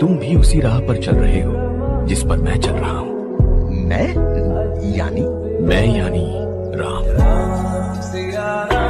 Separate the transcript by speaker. Speaker 1: तुम भी उसी राह पर चल रहे हो जिस पर मैं चल रहा हूँ
Speaker 2: मैं यानी
Speaker 1: मैं यानी राम
Speaker 3: Yeah.